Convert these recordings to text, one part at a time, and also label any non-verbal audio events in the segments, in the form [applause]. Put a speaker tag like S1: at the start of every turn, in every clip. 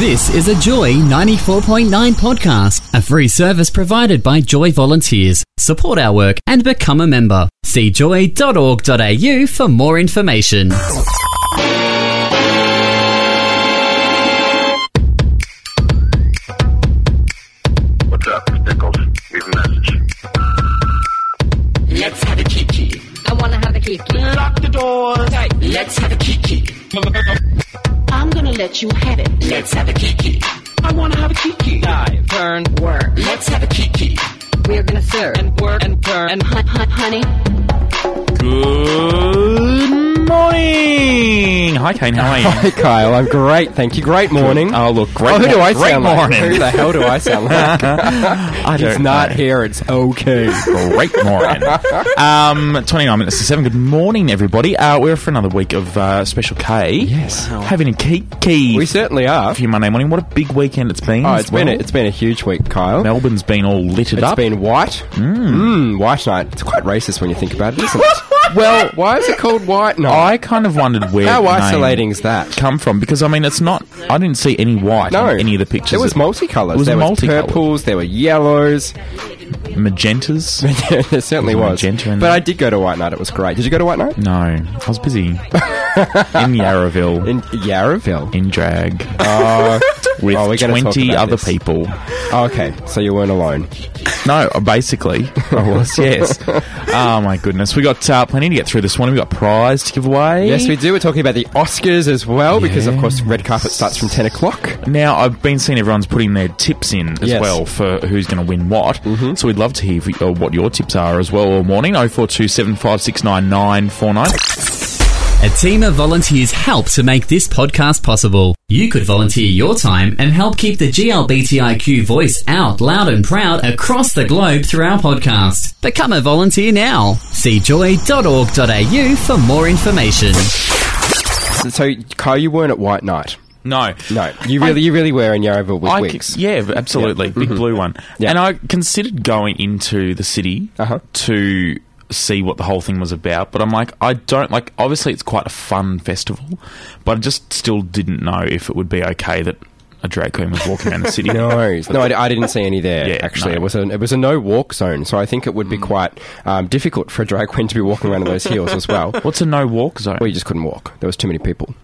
S1: This is a Joy 94.9 podcast, a free service provided by Joy Volunteers. Support our work and become a member. See joy.org.au for more information.
S2: What's up, Pickles? Leave a message.
S3: Let's have a kiki.
S4: I wanna have a kiki.
S3: Lock the doors. Tight. Let's have a kiki.
S4: I'm gonna let you have it.
S3: Let's have a kiki. I wanna have a kiki. Dive, turn, work. Let's have a kiki.
S4: We're gonna serve.
S3: And work and turn and
S4: Hon- hon- honey,
S5: Good morning. Hi, Kane. How are
S6: [laughs]
S5: you?
S6: Hey Kyle, I'm great, thank you. Great morning.
S5: Oh, look, great.
S6: Oh, who do I
S5: great
S6: sound
S5: morning.
S6: like? Who the hell do I sound
S5: [laughs]
S6: like? [laughs]
S5: I
S6: He's
S5: don't
S6: not
S5: know.
S6: here. It's okay.
S5: Great morning. um, 29 minutes to 7. Good morning, everybody. Uh, we're for another week of uh, Special K.
S6: Yes. Wow.
S5: Having a kiki.
S6: We certainly are.
S5: If you Monday morning, what a big weekend it's been.
S6: Oh,
S5: as
S6: it's been a,
S5: well.
S6: it's been a huge week, Kyle.
S5: Melbourne's been all littered
S6: It's
S5: up. Hmm.
S6: been white. Mm. white night. It's quite racist when you think about it, isn't
S5: [laughs]
S6: it? well, why is it called white night?
S5: I kind of wondered where
S6: How
S5: the name
S6: isolating is that?
S5: come from because I mean it's not. I didn't see any white
S6: No,
S5: in any of the pictures.
S6: There was
S5: It-
S6: multicolours.
S5: It was
S6: there
S5: multicolours.
S6: was purples. There were yellows. [laughs]
S5: magentas.
S6: there certainly
S5: There's
S6: was.
S5: magenta in
S6: But
S5: there.
S6: I did go to white night. It was great. Did you go to white night?
S5: No, I was busy in
S6: [laughs]
S5: Yarraville in,
S6: In Yarraville.
S5: drag
S6: [laughs] Oh,
S5: with
S6: oh, we're gonna talk
S5: twenty
S6: about
S5: other
S6: this.
S5: people.
S6: okay. So you weren't alone.
S5: No, uh,
S6: [laughs]
S5: basically, I was. Yes. Oh my goodness, we got uh, plenty to get through this morning. We got prize to give away.
S6: Yes, we do. We're talking about the Oscars as well, because of course, red carpet
S5: Yes.
S6: starts from ten o'clock.
S5: Now I've been seeing everyone's putting their tips in as
S6: Yes.
S5: well for who's going to win what. Mm-hmm. So we'd love to hear if- uh, what your tips are as well. All morning, oh four two seven five six nine nine four nine.
S1: A team of volunteers help to make this podcast possible. You could volunteer your time and help keep the GLBTIQ voice out loud and proud across the globe through our podcast. Become a volunteer now. See joy.org.au for more information.
S6: So, Kyle, you weren't at White Night.
S5: No,
S6: No, you really, you really were in Yarraville with
S5: I c-
S6: wigs. Mm-hmm.
S5: yeah, absolutely. Big blue one.
S6: Yeah.
S5: And I considered going into the city
S6: Uh-huh.
S5: to see what the whole thing was about, but I'm like, I don't like. Obviously, it's quite a fun festival, but I just still didn't know if it would be okay that a drag queen was walking around the
S6: [laughs]
S5: city.
S6: No, no, I, di- I didn't see any there.
S5: Yeah,
S6: actually,
S5: no. Mm.
S6: it was a it was a no walk zone, so I think it would be quite um, difficult for a drag queen to be walking around in those heels as
S5: [laughs]
S6: well. Well,
S5: What's a no walk zone?
S6: you just couldn't walk. There was too many people.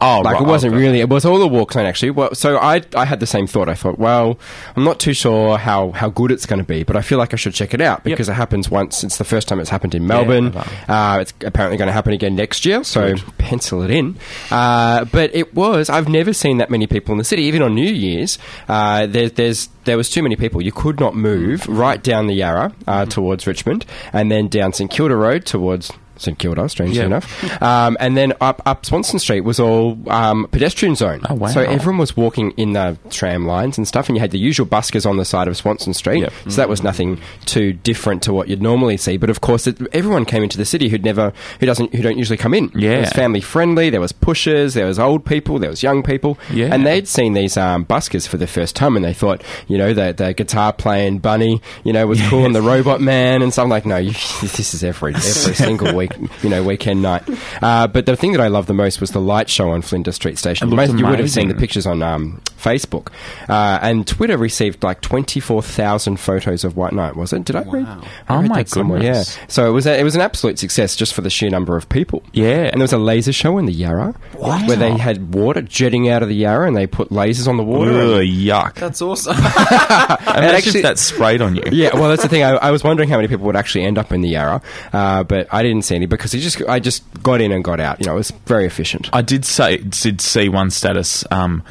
S5: oh,
S6: Like
S5: right,
S6: it wasn't
S5: okay.
S6: really. It was all a walk zone actually. Well, so I I had the same thought. I thought, well, I'm not too sure how how good it's going to be, but I feel like I should check it out because it happens once. It's the first time it's happened in Melbourne.
S5: right.
S6: uh, it's apparently going to happen again next year, so pencil it in. Uh, but it was. I've never seen that many people in the city, even on New Year's. Uh, there, there's there was too many people. You could not move right down the Yarra
S5: Mm-hmm.
S6: uh, towards Richmond, and then down St Kilda Road towards. St Kilda, strangely
S5: Yeah.
S6: enough, um, and then up up Swanson Street was all um, pedestrian zone.
S5: Oh, wow.
S6: So everyone was walking in the tram lines and stuff, and you had the usual buskers on the side of Swanson Street.
S5: Yep.
S6: So that was nothing too different to what you'd normally see. But of course, it, everyone came into the city who'd never, who doesn't, who don't usually come in.
S5: Yeah.
S6: it was family friendly. There was pushers, there was old people, there was young people,
S5: Yeah.
S6: and they'd seen these um, buskers for the first time, and they thought, you know, the, the guitar playing bunny, you know, was cool, and the robot man, and so I'm like, no, you, this is every
S5: [laughs]
S6: every single week, you know, weekend night. Uh, but the thing that I loved the most was the light show on Flinders Street Station.
S5: looked
S6: Most- you would have seen the
S5: amazing.
S6: picture pictures on um, Facebook, uh, and Twitter received like twenty four thousand photos of White Night. Was it? Did I read? I
S5: Oh
S6: read
S5: my
S6: that somewhere,
S5: goodness.
S6: Yeah. So it was a, it was an absolute success just for the sheer number of people.
S5: Yeah.
S6: And there was a laser show in the Yarra where they had water jetting out of the Yarra, and they put lasers on the water.
S5: Ugh,
S6: and-
S5: yuck. That's [laughs] awesome. Imagine
S6: actually-
S5: if that's sprayed on you.
S6: yeah, well, that's the thing. I, I was wondering how many people would actually end up in the Yarra, uh, but I didn't see any because it just I just got in and got out. You know, it was very efficient.
S5: I did say did see one status um,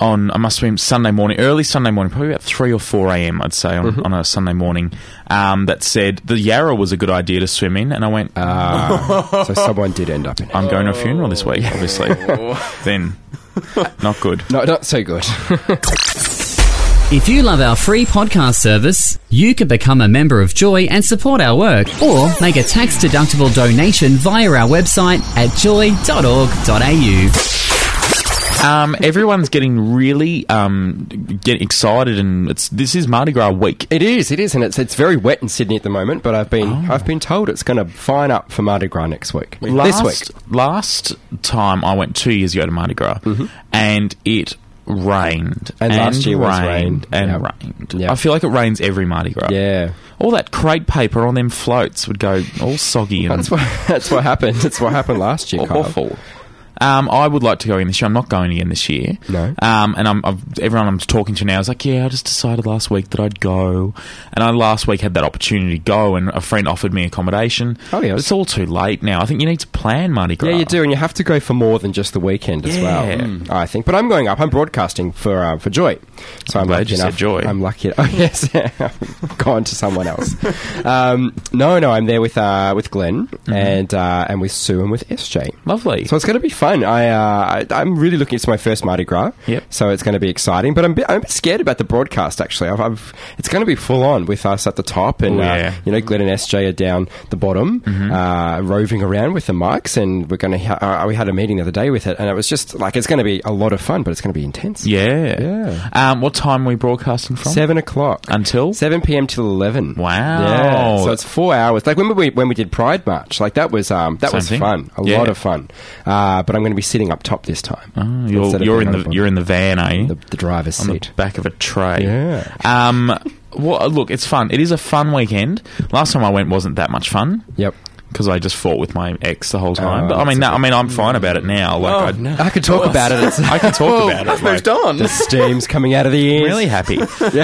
S5: on I must have been Sunday morning, early Sunday morning, probably about three or four a.m. I'd say on, on a Sunday morning um, that said the Yarra was a good idea to swim in, and I went, "Uh, [laughs]
S6: so someone did end up in it.
S5: I'm going to a funeral this week, obviously. then not good.
S6: No, not so good.
S1: If you love our free podcast service, you could become a member of Joy and support our work, or make a tax deductible donation via our website at joy.org.au.
S5: Um, everyone's getting really um, get excited, and it's this is Mardi Gras week.
S6: It is, it is, and it's it's very wet in Sydney at the moment. But I've been
S5: Oh.
S6: I've been told it's going to fine up for Mardi Gras next week.
S5: last,
S6: this week,
S5: Last time I went two years ago to Mardi Gras, and it rained
S6: Mm-hmm. And last year was rain.
S5: and
S6: Yep.
S5: rained.
S6: Yep.
S5: I feel like it rains every Mardi Gras.
S6: yeah,
S5: all that crepe paper on them floats would go all soggy and
S6: that's what [laughs] that's what happened. That's what happened last year.
S5: [laughs]
S6: Kyle.
S5: awful. Um, I would like to go in this year. I'm not going again this year.
S6: No.
S5: Um, and I'm, I've, everyone I'm talking to now is like, yeah, I just decided last week that I'd go. And I last week had that opportunity to go, and a friend offered me accommodation.
S6: Oh, yeah.
S5: It's all too late now. I think you need to plan Mardi Gras.
S6: Yeah, you do, and you have to go for more than just the weekend as well. Mm.
S5: Yeah.
S6: I think, but I'm going up. I'm broadcasting for uh, for Joy, so I'm,
S5: glad
S6: lucky
S5: you said
S6: enough.
S5: Joy.
S6: I'm lucky. [laughs] Oh yes, I've gone to someone else. um, no, no, I'm there with uh, with Glenn
S5: Mm-hmm.
S6: and uh, and with Sue and with SJ.
S5: Lovely.
S6: So it's going to be fun. I, uh, I I'm really looking. It's my first Mardi Gras.
S5: Yep.
S6: So it's going to be exciting, but I'm a bit, I'm a bit scared about the broadcast. Actually, I've, I've it's going to be full on with us at the top, and
S5: Oh, yeah. Mm-hmm.
S6: uh, you know, Glenn and SJ are down the bottom, uh, roving around with the mics, and we're going to. Ha- uh, we had a meeting the other day with it, and it was just like it's going to be a lot of fun, but it's going to be intense.
S5: yeah.
S6: Yeah.
S5: Um, what time are we broadcasting from?
S6: Seven o'clock
S5: Until?
S6: 7 p.m. till 11.
S5: Wow.
S6: Yeah. So it's four hours. Like when we when we did Pride March, like that was um that
S5: Same
S6: was
S5: thing.
S6: fun, a
S5: Yeah.
S6: lot of fun. Uh, but I'm going to be sitting up top this time.
S5: Oh, you're
S6: Instead of
S5: you're in
S6: being on
S5: the
S6: bottom.
S5: you're in the van, eh?
S6: the, the driver's
S5: on
S6: seat.
S5: the back of a tray.
S6: Yeah.
S5: Um. Well, look, it's fun. It is a fun weekend. Last time I went wasn't that much fun.
S6: Yep.
S5: Because I just fought with my ex the whole time.
S6: Oh,
S5: but I mean,
S6: that's Oh,
S5: no, I mean, I'm fine about it now. Like, I,
S6: I could talk about it. It's,
S5: [laughs] I can talk about it.
S7: Oh, I've
S5: like,
S7: moved on.
S6: the steam's coming out
S5: [laughs]
S6: of the
S5: I'm
S6: ears.
S5: Really
S6: [laughs]
S5: happy.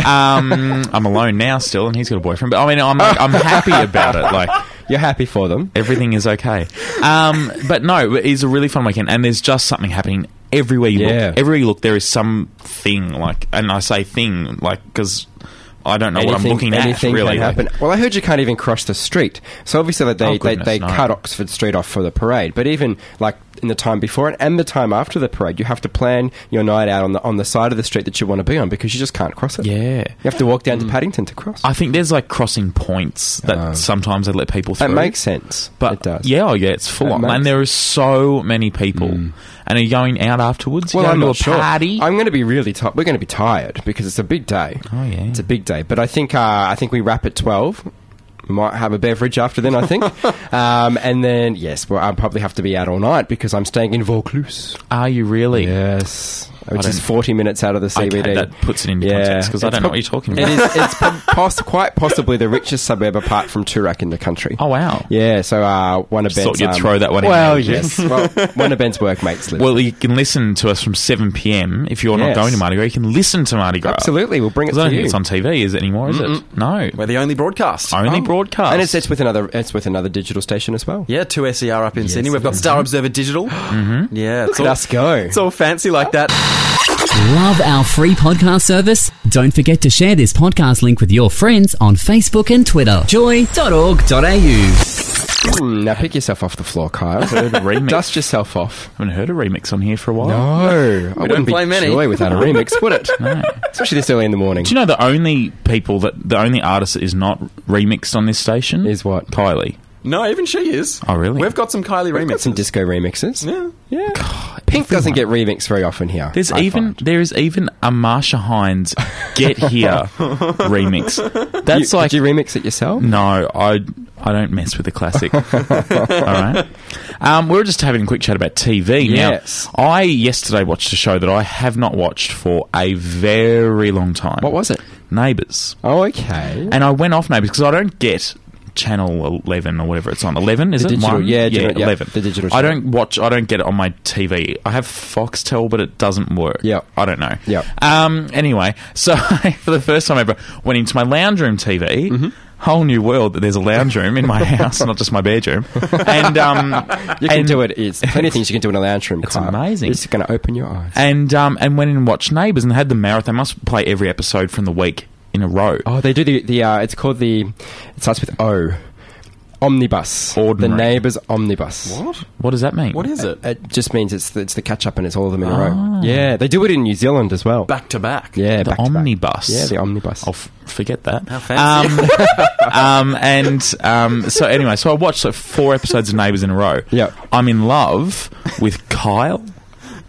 S5: um, I'm alone now still, and he's got a boyfriend. But I mean, I'm like, I'm happy about it. Like,
S6: You're happy for them.
S5: everything is okay. Um, but no, it's a really fun weekend, and there's just something happening everywhere you
S6: Yeah.
S5: look. Everywhere you look, there is something like, and I say thing like because I don't know what I'm looking at.
S6: anything
S5: really,
S6: can
S5: like-
S6: happen. Well, I heard you can't even cross the street. So obviously, that they
S5: Oh,
S6: they,
S5: goodness,
S6: they
S5: no.
S6: cut Oxford Street off for the parade. But even like in the time before it and the time after the parade, you have to plan your night out on the on the side of the street that you want to be on because you just can't cross it.
S5: yeah. Mm.
S6: You have to walk down to Paddington to cross.
S5: I think there's like crossing points that sometimes they let people through.
S6: that Uh. makes sense.
S5: But
S6: it does.
S5: yeah, oh yeah, it's full
S6: That
S5: on,
S6: makes- Mm.
S5: and there are so many people, and are you going out afterwards?
S6: Well,
S5: You're
S6: I'm
S5: going
S6: not
S5: to a
S6: sure.
S5: party.
S6: I'm going to be really tired. We're going to be tired because it's a big day.
S5: Oh, yeah.
S6: it's a big day. But I think uh, I think we wrap at twelve. We might have a beverage after then.
S5: [laughs]
S6: I think, um, and then yes, well, I'll probably have to be out all night because I'm staying in Vaucluse.
S5: are you really?
S6: Yes, which
S5: I
S6: is
S5: don't-
S6: forty minutes out of the CBD.
S5: Okay, that puts it into context because I
S6: It's
S5: don't know
S6: prob-
S5: what you're talking
S6: It
S5: about.
S6: is. It's prob- poss- quite possibly the richest suburb apart from Turak in the country.
S5: Oh wow.
S6: Yeah, so uh, one of
S5: Just
S6: Ben's.
S5: thought you'd
S6: um,
S5: throw that one in
S6: Well,
S5: there, Jim.
S6: yes. [laughs] well, one of Ben's workmates lives.
S5: Well, you can listen to us from 7 p.m. if you're
S6: Yes.
S5: not going to Mardi Gras. You can listen to Mardi Gras.
S6: Absolutely, we'll bring it
S5: 'Cause I
S6: to
S5: don't
S6: you.
S5: think it's on TV, is it anymore? Is it? No.
S7: We're the only broadcast.
S5: Only broadcast.
S6: And it's, it's with another it's with another digital station as well.
S7: Yeah, two SER up in Sydney. We've got Star Observer
S6: [gasps]
S7: Digital. mm-hmm. Yeah, it's
S6: Look at us go.
S7: It's all fancy like that.
S1: Love our free podcast service? Don't forget to share this podcast link with your friends on Facebook and Twitter. joy.org.au.
S6: Mm, now pick yourself off the floor,
S5: [laughs]
S6: Kyle. [laughs]
S5: remix.
S6: Dust yourself off.
S5: I haven't heard a remix on here for a while.
S6: No, I wouldn't
S7: play
S6: be
S7: many.
S6: joy without a remix, would [laughs] it? Especially this early in the morning.
S5: Do you know the only people that the only artist that is not remixed on this station
S6: Is what?
S5: Kylie.
S7: No, even she is.
S5: Oh, really?
S7: We've got some Kylie
S6: We've
S7: remixes.
S6: got some disco remixes.
S7: yeah.
S6: Yeah, Pink doesn't get remixed very often here.
S5: There's
S6: I
S5: even
S6: find.
S5: there is even a Marsha Hines "Get
S6: [laughs]
S5: Here" remix.
S6: You,
S5: That's like Mm.
S6: did you remix it yourself?
S5: No, I I don't mess with the
S6: [laughs]
S5: classic. All right. Um, we were just having a quick chat about TV.
S6: Yes.
S5: Now, I yesterday watched a show that I have not watched for a very long time.
S6: What was it?
S5: Neighbours.
S6: Oh, okay.
S5: And I went off Neighbours because I don't get Channel Eleven or whatever it's on. Eleven is
S6: The
S5: it?
S6: digital-
S5: One?
S6: yeah, digital- yeah,
S5: eleven.
S6: the digital
S5: I
S6: channel.
S5: don't watch. I don't get it on my TV. I have Foxtel, but it doesn't work.
S6: Yeah.
S5: I don't know.
S6: Yeah.
S5: Um. Anyway, so [laughs] I, for the first time ever, went into my lounge room TV.
S6: Mm-hmm.
S5: Whole new world that there's a lounge room in my [laughs] house, not just my bedroom. And um,
S6: [laughs] You can
S5: and-
S6: do it. It's plenty of things you can do in a lounge room. It's
S5: amazing.
S6: It's going to open your eyes.
S5: And um, and went and watched Neighbours and had the marathon. They must play every episode from the week in a row.
S6: Oh, they do the the. Uh, it's called the. It starts with O. omnibus.
S5: Ordinary.
S6: The neighbours omnibus.
S7: What?
S5: What does that mean?
S7: What is it?
S6: It just means it's the, it's the catch up and it's all of them in a row. Yeah, they do it in New Zealand as well.
S7: Back to back.
S6: yeah,
S5: the
S6: back to back.
S5: omnibus?
S6: Yeah, the omnibus.
S5: I'll f- forget that.
S7: How fancy.
S5: um, [laughs] and um, so anyway, so I watched like, four episodes of Neighbours in a row.
S6: Yeah.
S5: I'm in love with
S6: [laughs]
S5: Kyle.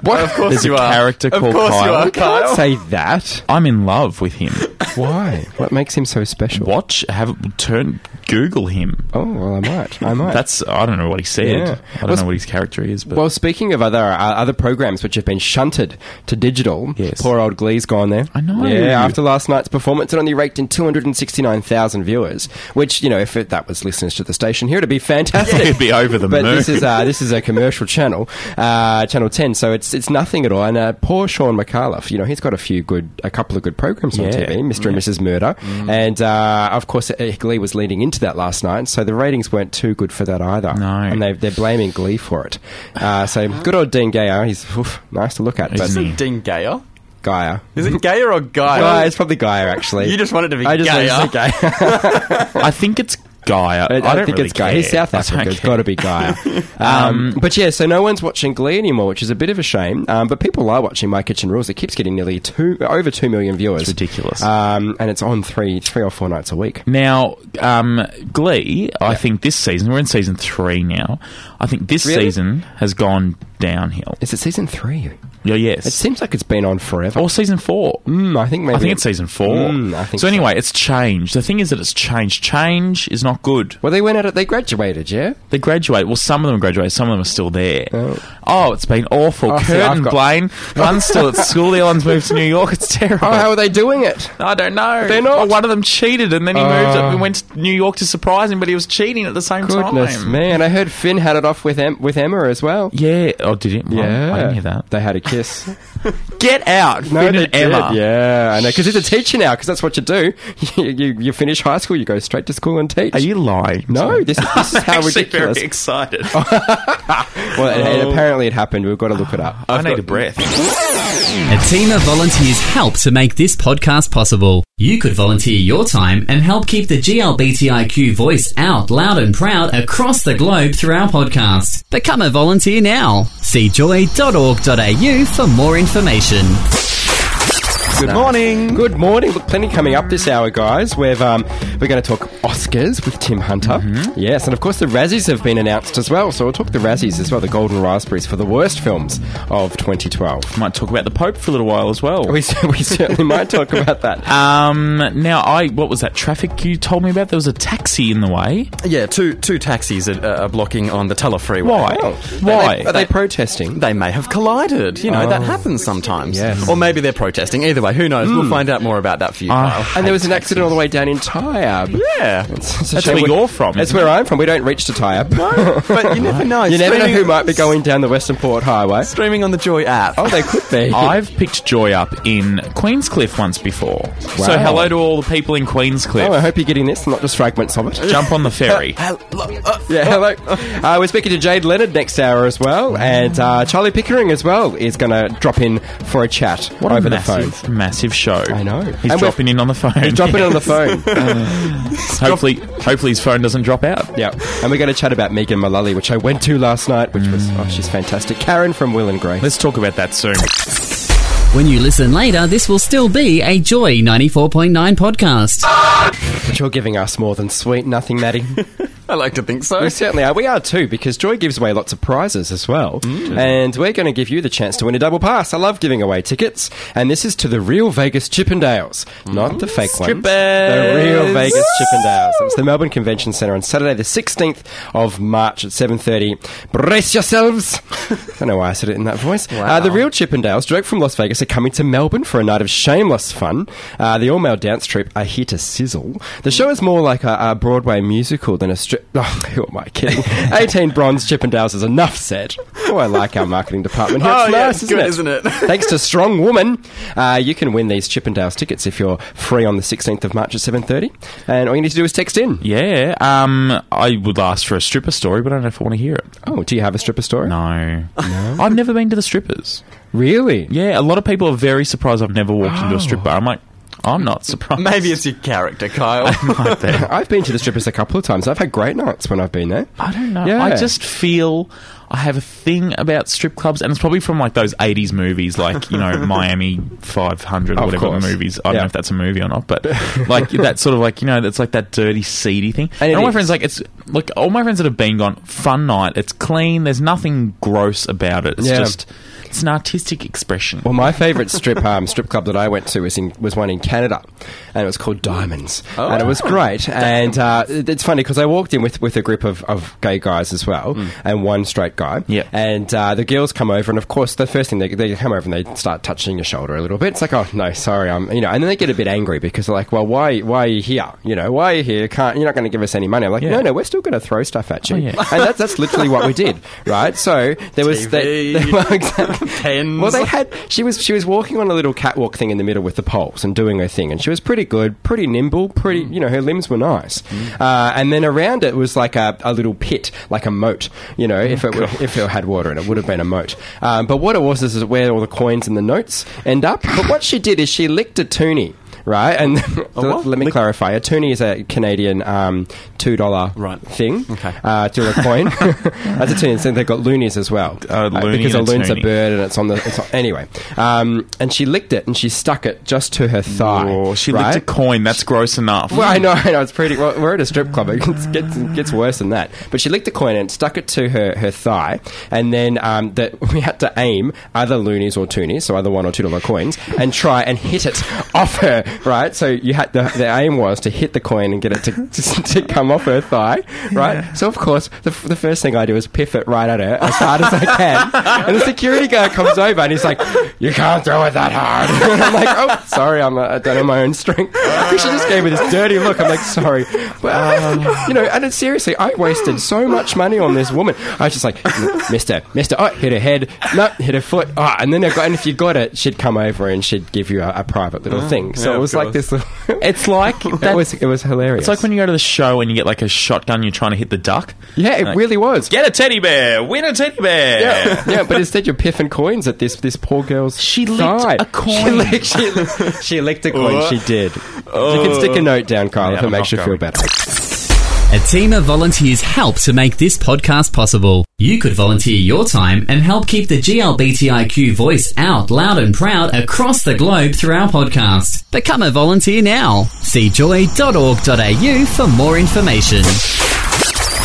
S7: What? Of course
S5: There's
S7: you
S5: a
S7: are.
S5: character
S7: of
S5: called
S7: course
S5: Kyle.
S7: You are,
S5: You
S6: I'd
S7: Kyle.
S6: say that.
S5: I'm in love with him.
S6: Why? What makes him so special?
S5: Watch, have turn, Google him.
S6: Oh, well, I might. I might.
S5: That's I don't know what he said.
S6: Yeah.
S5: I don't
S6: Well,
S5: know what his character is, but
S6: well, speaking of other uh, other programs which have been shunted to digital,
S5: Yes.
S6: poor old Glee's gone there.
S5: I know.
S6: Yeah, after last night's performance, it only raked in 269,000 viewers, which, you know, if it, that was listeners to the station here, it'd be fantastic.
S5: [laughs] he'd be over the
S6: but
S5: moon.
S6: this is uh, this is a commercial channel, uh, Channel Ten, so it's it's nothing at all. And uh, poor Sean McAuliffe, you know, he's got a few good, a couple of good programs on
S5: Yeah.
S6: TV, Mister and Mrs Murder, and uh, of course uh, Glee was leading into that last night, so the ratings weren't too good for that either.
S5: No.
S6: and they they're blaming Glee for it. Uh, so good old Dean Gayer, he's oof, nice to look at, but
S5: Isn't he?
S6: [laughs]
S7: Isn't Dean Gayer?
S6: Gayer.
S7: Is it Gayer or Guy?
S6: Well, it's probably Gaia, actually.
S7: [laughs] You just want it to be
S6: I just
S7: Gaia.
S6: want it to be Gaia.
S5: I think it's Gaia.
S6: I,
S5: I,
S6: I
S5: don't
S6: think
S5: really
S6: it's Gaia. He's
S5: care.
S6: South
S5: [laughs] I don't
S6: Africa. It's
S5: care.
S6: got to be Gaia.
S5: [laughs]
S6: um, but yeah, so no one's watching Glee anymore, which is a bit of a shame. Um, but people are watching My Kitchen Rules. It keeps getting nearly two over two million viewers.
S5: It's ridiculous.
S6: Um, and it's on three three or four nights a week.
S5: Now, um, Glee, I think this season, we're in season three now. I think this
S6: Really?
S5: season has gone downhill.
S6: Is it season three?
S5: Yeah, yes.
S6: It seems like it's been on forever.
S5: or season four.
S6: Mm, I think maybe
S5: I think it's season four.
S6: Mm, I think
S5: so anyway, it's changed. The thing is that it's changed. Change is not good.
S6: Well, they went out. At, they graduated. Yeah.
S5: They graduate. Well, some of them graduate. Some of them are still there.
S6: Oh.
S5: Oh, it's been awful.
S6: Oh, see,
S5: Curtin,
S6: I've got- [laughs]
S5: Blaine, one's still at school. The other one's moved to New York. It's terrible.
S6: Oh, how are they doing it?
S5: I don't know.
S6: They're not-
S5: Well, one of them cheated, and then he moved
S6: Oh.
S5: up and went to New York to surprise him, but he was cheating at the same
S6: Goodness
S5: time.
S6: man! I heard Finn had it off with em- with Emma as well.
S5: Yeah. Oh, did it? Well, I didn't hear that.
S6: They had a
S5: [laughs]
S6: kiss.
S5: Get out,
S6: No,
S5: Finn
S6: they
S5: and Emma.
S6: did. Yeah, I know. Because he's a teacher now. Because that's what you do. [laughs] you, you you finish high school, you go straight to school and teach.
S5: Are you lying?
S6: No, this, is-
S5: [laughs]
S6: this is how
S5: Actually,
S6: ridiculous.
S5: very excited.
S6: [laughs] Well, and, and apparently it happened. We've got to look it up.
S5: I need a breath.
S1: A team of volunteers help to make this podcast possible. You could volunteer your time and help keep the GLBTIQ voice out loud and proud across the globe through our podcast. Become a volunteer now. See joy.org.au for more information.
S7: Good morning.
S6: Good morning. Look, plenty coming up this hour, guys. We've um, we're going to talk Oscars with Tim Hunter.
S5: Mm-hmm.
S6: Yes, and of course the Razzies have been announced as well. So we'll talk the Razzies as well, the Golden Raspberries for the worst films of 2012.
S5: Might talk about the Pope for a little while as well.
S6: We, we certainly might talk about that.
S5: [laughs] Um, now I what was that traffic you told me about? There was a taxi in the way.
S7: Yeah, two two taxis are, are blocking on the Teller Freeway.
S5: Why?
S6: Are
S5: Why?
S6: Oh, they, are they protesting?
S7: They may have collided. You know, that happens sometimes.
S6: Oh, Yes. Hmm.
S7: Or maybe they're protesting. Either way, who knows? We'll find out more about that for you, Kyle.
S5: Uh,
S6: And there was an accident all the way down in Tyab.
S7: Yeah.
S5: That's where you're from.
S6: That's
S5: isn't
S6: where I'm from. We don't reach to Tyab.
S7: [laughs] but you never know.
S6: you never know
S7: Streaming-
S6: who might be going down the Western Port Highway.
S7: Streaming on the Joy app.
S6: Oh, they could
S5: [laughs]
S6: be.
S5: it? I've picked Joy up in Queenscliff once before. So hello to all the people in Queenscliff.
S6: Oh, I hope you're getting this, not just fragments of it.
S5: Jump
S6: [laughs]
S5: on the ferry.
S6: Yeah, hello. Uh, we're speaking to Jade Leonard next hour as well, and uh, Charlie Pickering as well is going to drop in for a chat
S5: What
S6: over
S5: a
S6: the phone.
S5: massive, massive show!
S6: I know.
S5: He's
S6: And we're-
S5: dropping in on the phone.
S6: Drop it on the phone.
S5: [laughs] Hopefully, hopefully his phone doesn't drop out.
S6: yeah, and we're going to chat about Megan Mullally, which I went to last night, which was oh, she's fantastic. Karen from Will and Grace.
S5: Let's talk about that soon.
S1: When you listen later, this will still be a Joy 94.9 podcast.
S6: But you're giving us more than sweet nothing, [laughs] Maddie.
S7: I like to think so.
S6: We certainly are. We are too, because Joy gives away lots of prizes as well. And we're going to give you the chance to win a double pass. I love giving away tickets. And this is to the real Vegas Chippendales, not the fake ones. The real Vegas Chippendales. It's the Melbourne Convention Centre on Saturday, the 16th of March at 7.30. Brace yourselves! I don't know why I said it in that voice. Uh, the real Chippendales, direct from Las Vegas, are coming to Melbourne for a night of shameless fun. Uh, the all-male dance troupe are here to sizzle. The show is more like a, a Broadway musical than a strip... [laughs] Oh, who am I kidding? 18 bronze Chippendales is enough said. Oh, I like our marketing department here.
S7: Oh,
S6: It's
S7: yeah,
S6: nice,
S7: it's
S6: isn't
S7: good,
S6: it?
S7: isn't
S6: [laughs]
S7: it?
S6: Thanks to Strong Woman, uh, you can win these Chippendales tickets if you're free on the 16th of March at 7.30. And all you need to do is text in.
S5: Yeah, um, I would ask for a stripper story, but I don't know if I want to hear it.
S6: Oh, do you have a stripper story?
S5: No, I've never been to the strippers.
S6: Really?
S5: Oh. Yeah, a lot of people are very surprised I've never walked into a strip bar. I'm like, I'm not surprised. [laughs]
S7: Maybe it's your
S6: [laughs]
S7: character, Kyle.
S5: Right there.
S6: I've been to the strippers a couple of times. I've had great nights when I've been there.
S5: I don't know.
S6: Yeah.
S5: I just feel I have a thing about strip clubs, and it's probably from like those '80s movies, like you
S6: [laughs]
S5: know Miami 500 or
S6: Of
S5: whatever
S6: course.
S5: movies. I don't
S6: Yeah.
S5: know if that's a movie or not,
S6: [laughs]
S5: but like that sort of like you know that's like that dirty, seedy thing.
S6: And
S5: And,
S6: it
S5: all my
S6: is.
S5: friends like it's like all my friends that have been gone. Fun night. It's clean. There's nothing gross about it. It's
S6: Yeah.
S5: just it's an artistic expression.
S6: Well, my favourite strip um, strip club that I went to was in, was one in Canada, and it was called Diamonds,
S5: Oh,
S6: and it was great. And uh, it- it's funny because I walked in with, with a group of, of gay guys as well, and one straight guy.
S5: Hmm. Yeah.
S6: And uh, the girls come over, and of course, the first thing they, they come over and they start touching your shoulder a little bit. It's like, oh no, sorry, I'm you know, and then they get a bit angry because they're like, well, why why are you here? You know, why are you here? Can't you're not going to give us any money? I'm like, no, no, we're still going to throw stuff at you,
S5: Oh, yeah.
S6: and that's that's literally what we did, right? So
S5: [laughs]
S6: there was
S7: TV.
S6: They, [laughs] well, exactly.
S7: Pens.
S6: Well, they had she was she was walking on a little catwalk thing in the middle with the poles and doing her thing, and she was pretty good, pretty nimble, pretty
S7: Mm.
S6: you know her limbs were nice. Uh, and then around it was like a, a little pit, like a moat. You know,
S7: Oh,
S6: if it were, if it had water in it, would have been a moat. Um, but what it was is where all the coins and the notes end up. But what she did is she licked a toonie. Right, and [laughs]
S7: what?
S6: let me clarify. A toonie is a Canadian um, two dollar
S7: Right.
S6: thing,
S7: Okay.
S6: uh, to a
S7: [laughs]
S6: coin. That's a toonie. So they've got loonies as well,
S7: Oh,
S5: A
S6: Uh,
S5: loony
S6: because
S5: and a
S6: a loon's a
S5: toonie.
S6: bird bird and it's on the it's on, anyway. Um, and she licked it and she stuck it just to her thigh.
S5: Oh, she
S6: right?
S5: licked a coin. That's gross enough.
S6: Well, I know, [laughs] I know. It's pretty. Well, we're at a strip club. It gets, gets, gets worse than that. But she licked the coin and stuck it to her, her thigh, and then um, that [laughs] we had to aim other loonies or toonies, so other one or two dollar coins, and try and hit it off her. Right. So you had the, the aim was to hit the coin and get it to, [laughs] to, to come off her thigh. Right. So of course, the, f- the first thing I do is piff it right at her as hard as I can, and the security guard comes over and he's like, "You can't throw it that hard." [laughs] and I'm like, "Oh, sorry, I'm uh, I don't know my own strength." she just gave me this dirty look. I'm like, sorry. But, um, you know, and it's seriously, I wasted so much money on this woman. I was just like, Mister, Mister, oh, hit her head, no, hit her foot, oh, and then I got, and if you got it, she'd come over and she'd give you a, a private little thing. So
S7: yeah,
S6: it
S7: of
S6: was like
S7: course.
S6: this. Little [laughs]
S5: It's like
S6: it
S5: that-
S6: was it was hilarious.
S5: It's like when you go to the show and you get like a shotgun. You're trying to hit the duck.
S6: yeah, it
S5: Like,
S6: really was.
S5: Get a teddy bear. Win a teddy bear.
S6: Yeah, [laughs] yeah, but instead you're piffing coins at this this poor girl's.
S5: She licked
S6: thigh.
S5: a coin.
S6: [laughs] She licked, she licked, she licked a coin. She did. You can stick a note down, Kyle,
S5: Yeah,
S6: if it
S5: I'm not
S6: makes you feel
S5: going.
S6: better.
S1: A team of volunteers help to make this podcast possible. You could volunteer your time and help keep the GLBTIQ voice out loud and proud across the globe through our podcast. Become a volunteer now. See joy.org.au for more information.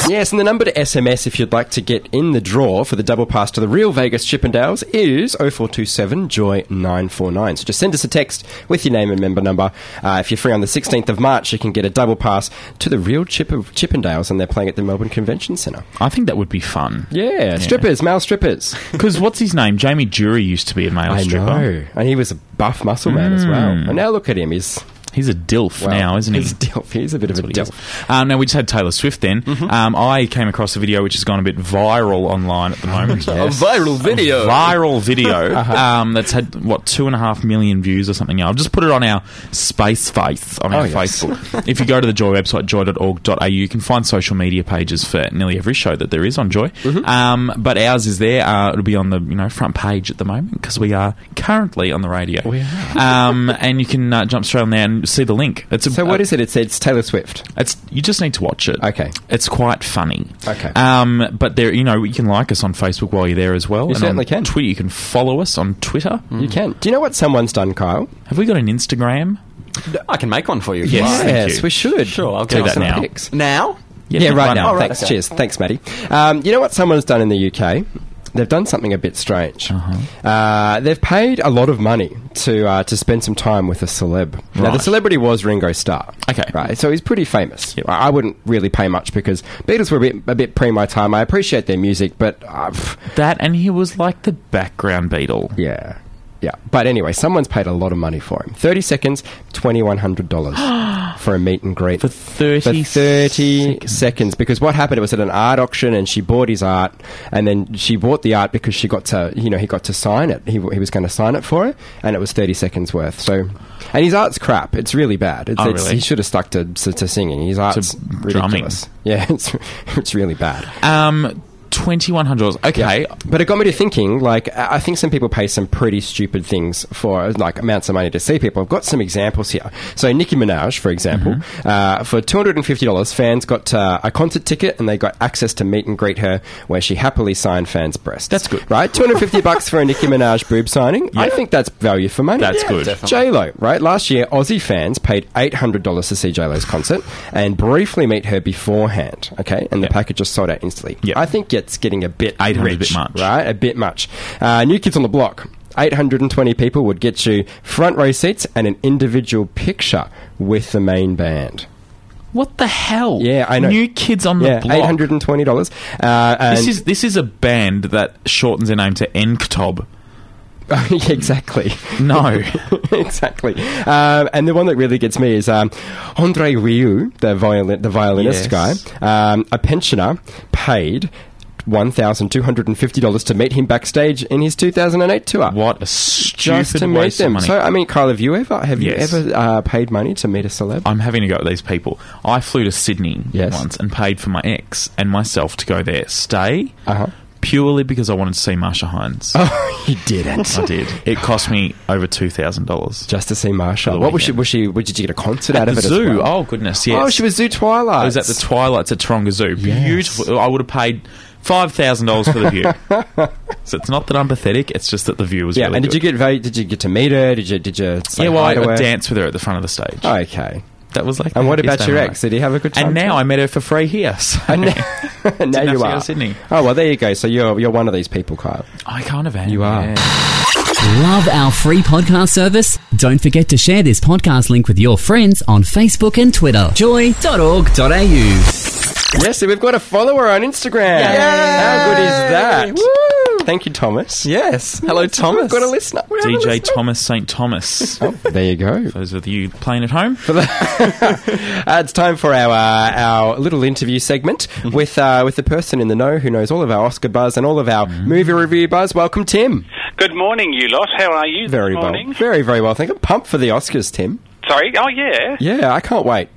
S6: Yes, and the number to SMS if you'd like to get in the draw for the double pass to the real Vegas Chippendales is 0427 Joy 949. So just send us a text with your name and member number. Uh, if you're free on the 16th of March, you can get a double pass to the real Chip- Chippendales, and they're playing at the Melbourne Convention Centre.
S5: I think that would be fun. [laughs]
S6: Yeah, strippers, male strippers.
S5: Because what's his name? Jamie Jury used to be a male stripper.
S6: And he was a buff muscle man as well. And now look at him. He's,
S5: He's a dilf
S6: well,
S5: now, isn't he?
S6: he's a dilf. He's a bit of a
S5: That's
S6: dilf.
S5: what he is. Um, now we just had Taylor Swift. Then um, I came across a video which has gone a bit viral online at the
S6: [laughs]
S5: moment.
S7: A viral video.
S5: Viral video
S6: Uh-huh.
S5: um, that's had what two and a half million views or something. Now I've just put it on our Space Face on
S6: Oh,
S5: our
S6: yes. [laughs]
S5: Facebook. if you go to the Joy website, joy.org.au, you can find social media pages for nearly every show that there is on Joy.
S6: Mm-hmm.
S5: Um, but ours is there. Uh, it'll be on the you know front page at the moment because we are currently on the radio. We are, um, and you can uh, jump straight on there and see the link. It's a,
S6: So what is it? It says Taylor Swift.
S5: it's you just need to watch it.
S6: Okay.
S5: It's quite funny.
S6: Okay.
S5: Um, but there, you know, you can like us on Facebook while you're there as well. You
S6: certainly can. Mm.
S5: Twitter, you can follow us on Twitter.
S6: You can. Do you know what someone's done, Kyle?
S5: Have we got an Instagram?
S7: I can make one for you. if
S5: Yes.
S7: you like.
S5: Thank
S6: Yes,
S5: you.
S6: we should. Sure,
S7: I'll
S5: Do
S7: get
S5: that
S6: some
S5: now.
S6: pics.
S7: Now?
S5: Yeah,
S6: Yeah, right
S5: why
S6: now.
S5: not?
S6: Thanks. Cheers. Thanks, Maddie. Um, you know what someone's done in the UK? They've done something a bit strange. uh
S5: Uh-huh.
S6: they've paid a lot of money to uh, to spend some time with a celeb. Now, the
S5: Right.
S6: celebrity was Ringo Starr.
S5: Okay.
S6: right. So he's pretty famous. I I wouldn't really pay much because Beatles were a bit, a bit pre my time. I appreciate their music, but uh, pff,
S5: That and he was like the background beetle.
S6: yeah, yeah. But anyway, someone's paid a lot of money for him. Thirty seconds, twenty one
S5: [gasps]
S6: hundred dollars for a meet and greet
S5: For thirty,
S6: for 30 seconds. because what happened it was at an art auction and she bought his art and then she bought the art because she got to you know he got to sign it he, he was going to sign it for her and it was 30 seconds worth so and his art's crap it's really bad it's,
S5: Oh,
S6: it's-
S5: really?
S6: he should have stuck to, to, to singing his art's [laughs]
S5: drumming.
S6: ridiculous yeah it's, it's really bad
S5: Um, Twenty one hundred dollars. Okay.
S6: But it got me to thinking, like, I I think some people pay some pretty stupid things for, like, amounts of money to see people. I've got some examples here. So, Nicki Minaj, for example,
S5: Mm-hmm.
S6: uh, for $250, fans got uh, a concert ticket and they got access to meet and greet her where she happily signed fans' breasts.
S5: That's good.
S6: Right? 250 bucks for a Nicki Minaj boob signing. I think that's value for money.
S5: That's Yeah, good. definitely.
S6: J-Lo, right? Last year, Aussie fans paid $800 to see J-Lo's concert and briefly meet her beforehand, okay? And the package just sold out instantly.
S5: Yeah.
S6: I think it's getting a bit
S5: 800 is a
S6: rich,
S5: bit much.
S6: right? A bit much. Uh, new Kids on the Block. 820 people would get you front row seats and an individual picture with the main band.
S5: What the hell?
S6: Yeah, I know.
S5: New kids on
S6: Yeah,
S5: the block.
S6: $820. Uh, and
S5: This
S6: [laughs]
S5: is this is a band that shortens their name to NKTOB.
S6: exactly.
S5: No.
S6: [laughs] exactly. Um, and the one that really gets me is um, Andre Rieu, the, violin- the violinist
S5: Yes.
S6: guy, um, a pensioner, paid. $1,250 to meet him backstage in his 2008 tour.
S5: what a stupid
S6: just to meet
S5: waste of
S6: them.
S5: money.
S6: So, I mean, Kyle, have you ever have
S5: Yes.
S6: you ever uh, paid money to meet a celeb?
S5: I'm having to go at these people. I flew to Sydney
S6: Yes.
S5: once and paid for my ex and myself to go there, stay,
S6: Uh-huh.
S5: purely because I wanted to see Marsha Hines.
S6: Oh, you didn't.
S5: I did. It cost me over two thousand dollars.
S6: Just to see Marsha.
S5: the
S6: What was she?
S5: weekend.
S6: Was she? What, did you get a concert out
S5: At
S6: of
S5: the
S6: it?
S5: zoo.
S6: As well?
S5: Oh goodness, yes.
S6: Oh, she was Zoo Twilight.
S5: I was at the Twilights at Taronga Zoo.
S6: Yes.
S5: Beautiful. I would have paid five thousand dollars for the
S6: [laughs]
S5: view. so it's not that I'm pathetic. It's just that the view was
S6: yeah.
S5: really
S6: and did
S5: good.
S6: you get? Very, did you get to meet her? Did you? Did you? Say
S5: yeah, well,
S6: hi
S5: I,
S6: to her?
S5: I danced with her at the front of the stage. [laughs]
S6: Okay.
S5: That was like.
S6: And
S5: the
S6: what about
S5: happiest
S6: your
S5: day of
S6: ex?
S5: my
S6: Did he have a good
S5: life.
S6: time?
S5: And now
S6: too?
S5: I met her for free here. so- [laughs]
S6: And now, [laughs] and now
S5: Didn't have
S6: you
S5: to go to
S6: are
S5: Sydney.
S6: Oh well, there you go. So you're you're one of these people, Kyle.
S5: I kind of am.
S6: You are.
S5: [laughs] yeah.
S8: Love our free podcast service? Don't forget to share this podcast link with your friends on Facebook and Twitter. joy.org.au.
S6: Yes, we've got a follower on Instagram. How good is that? Woo! Thank you, Thomas.
S7: Yes. Hello, Thomas.
S6: We've got a listener. We have a
S5: DJ
S6: listener.
S5: Thomas St. [laughs] Thomas. Oh.
S6: There you go.
S5: Those of you playing at home.
S6: Uh, it's time for our uh, our little interview segment
S9: Mm-hmm.
S6: with uh, with the person in the know who knows all of our Oscar buzz and all of our
S9: Mm-hmm.
S6: movie review buzz. Welcome, Tim.
S9: Good morning, you lot. How are you
S6: Very well,
S9: this morning?
S6: very very well. Thank you. I'm pumped for the Oscars, Tim.
S9: Sorry. Oh, yeah.
S6: Yeah, I can't wait.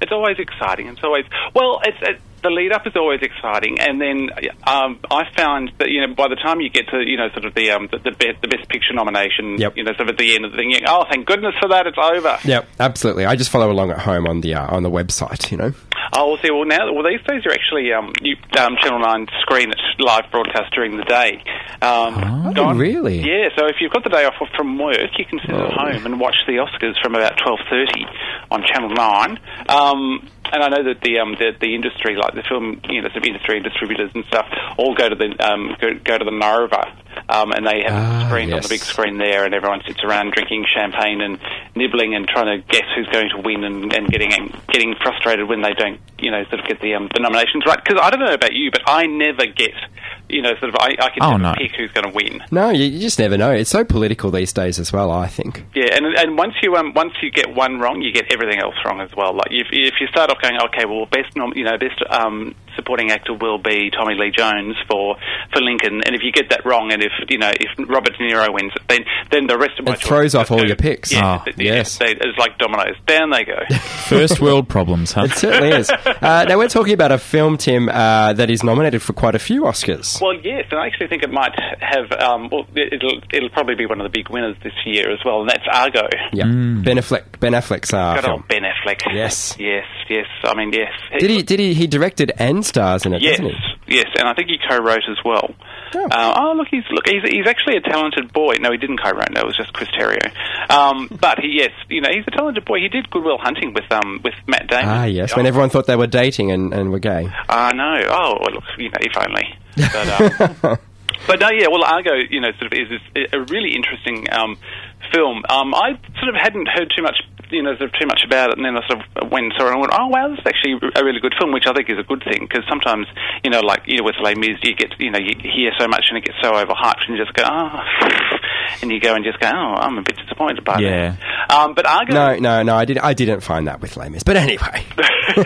S9: It's always exciting. It's always well. It's it, the lead up is always exciting, and then um, I found that you know by the time you get to you know sort of the um, the, the best the best picture nomination,
S6: Yep.
S9: you know sort of at the end of the thing, you go, oh thank goodness for that, it's over.
S6: Yep, absolutely. I just follow along at home on the uh, on the website. You know.
S9: Oh, well, see, well now, well these days you're actually um, you um, Channel Nine screen it live broadcast during the day. Um,
S6: Oh,
S9: Don-
S6: really? Oh.
S9: Yeah, so if you've got the day off from work, you can sit at home and watch the Oscars from about twelve thirty on Channel Nine. Um, and I know that the, um, the the industry, like the film, you know, some industry and distributors and stuff, all go to the um, go, go to the Nova, um, and they have
S6: Ah,
S9: it screened on
S6: yes.
S9: the big screen there, and everyone sits around drinking champagne and nibbling and trying to guess who's going to win, and, and getting and getting frustrated when they don't, you know, sort of get the um, the nominations right. Because I don't know about you, but I never get, you know, sort of I, I can
S5: Oh,
S9: never
S5: no.
S9: pick who's going to win.
S6: No, you, you just never know. It's so political these days as well. I think.
S9: Yeah, and and once you um once you get one wrong, you get everything else wrong as well. Like if if you start off going, okay, well, best nom- you know best um supporting actor will be Tommy Lee Jones for for Lincoln, and if you get that wrong, and if you know if Robert De Niro wins, it, then then the rest of my
S6: It throws
S9: choices
S6: off
S9: are
S6: all
S9: good.
S6: your picks.
S9: Yeah,
S5: Ah,
S9: th-
S6: yes.
S9: they, it's like dominoes. Down
S6: [laughs]
S9: they go.
S5: [laughs] First world problems, huh?
S6: It certainly is.
S9: [laughs]
S6: Uh, now we're talking about a film, Tim, uh, that is nominated for quite a few Oscars.
S9: Well, yes, and I actually think it might have. Um, well, it- it'll it'll probably be one of the big winners this year as well, and that's Argo.
S6: yeah, Ben Affleck. Ben Affleck's uh,
S9: Mm. Good
S6: film.
S9: old Ben Affleck.
S6: Yes.
S9: yes, yes. I mean, yes.
S6: Did he? Did he? He directed and stars in it,
S9: Yes,
S6: didn't he?
S9: yes, and I think he co-wrote as well.
S6: Oh.
S9: Oh, oh look, he's look, he's, he's actually a talented boy. No, he didn't co-write. No, it was just Chris Terrio. Um, [laughs] but he, yes, you know, he's a talented boy. He did Goodwill Hunting with um with Matt Damon. [laughs]
S6: Ah, yes. When
S9: Oh,
S6: everyone thought they were dating and, and were gay.
S9: I know. Oh, well, look, you know, if only. But, um,
S6: [laughs]
S9: but no, yeah. Well, Argo, you know, sort of is, is a really interesting um, film. Um, I sort of hadn't heard too much, you know, sort of too much about it, and then I sort of went and saw it and went, oh wow, this is actually a really good film, which I think is a good thing because sometimes, you know, like you know, with Les Mis, you get, you know, you hear so much and it gets so overhyped, and you just go, oh, [laughs] and you go and just go, oh, I'm a bit disappointed by
S5: Yeah.
S9: that. Um, but Argo,
S6: No, no, no. I didn't. I didn't find that with Les Mis. But anyway, [laughs]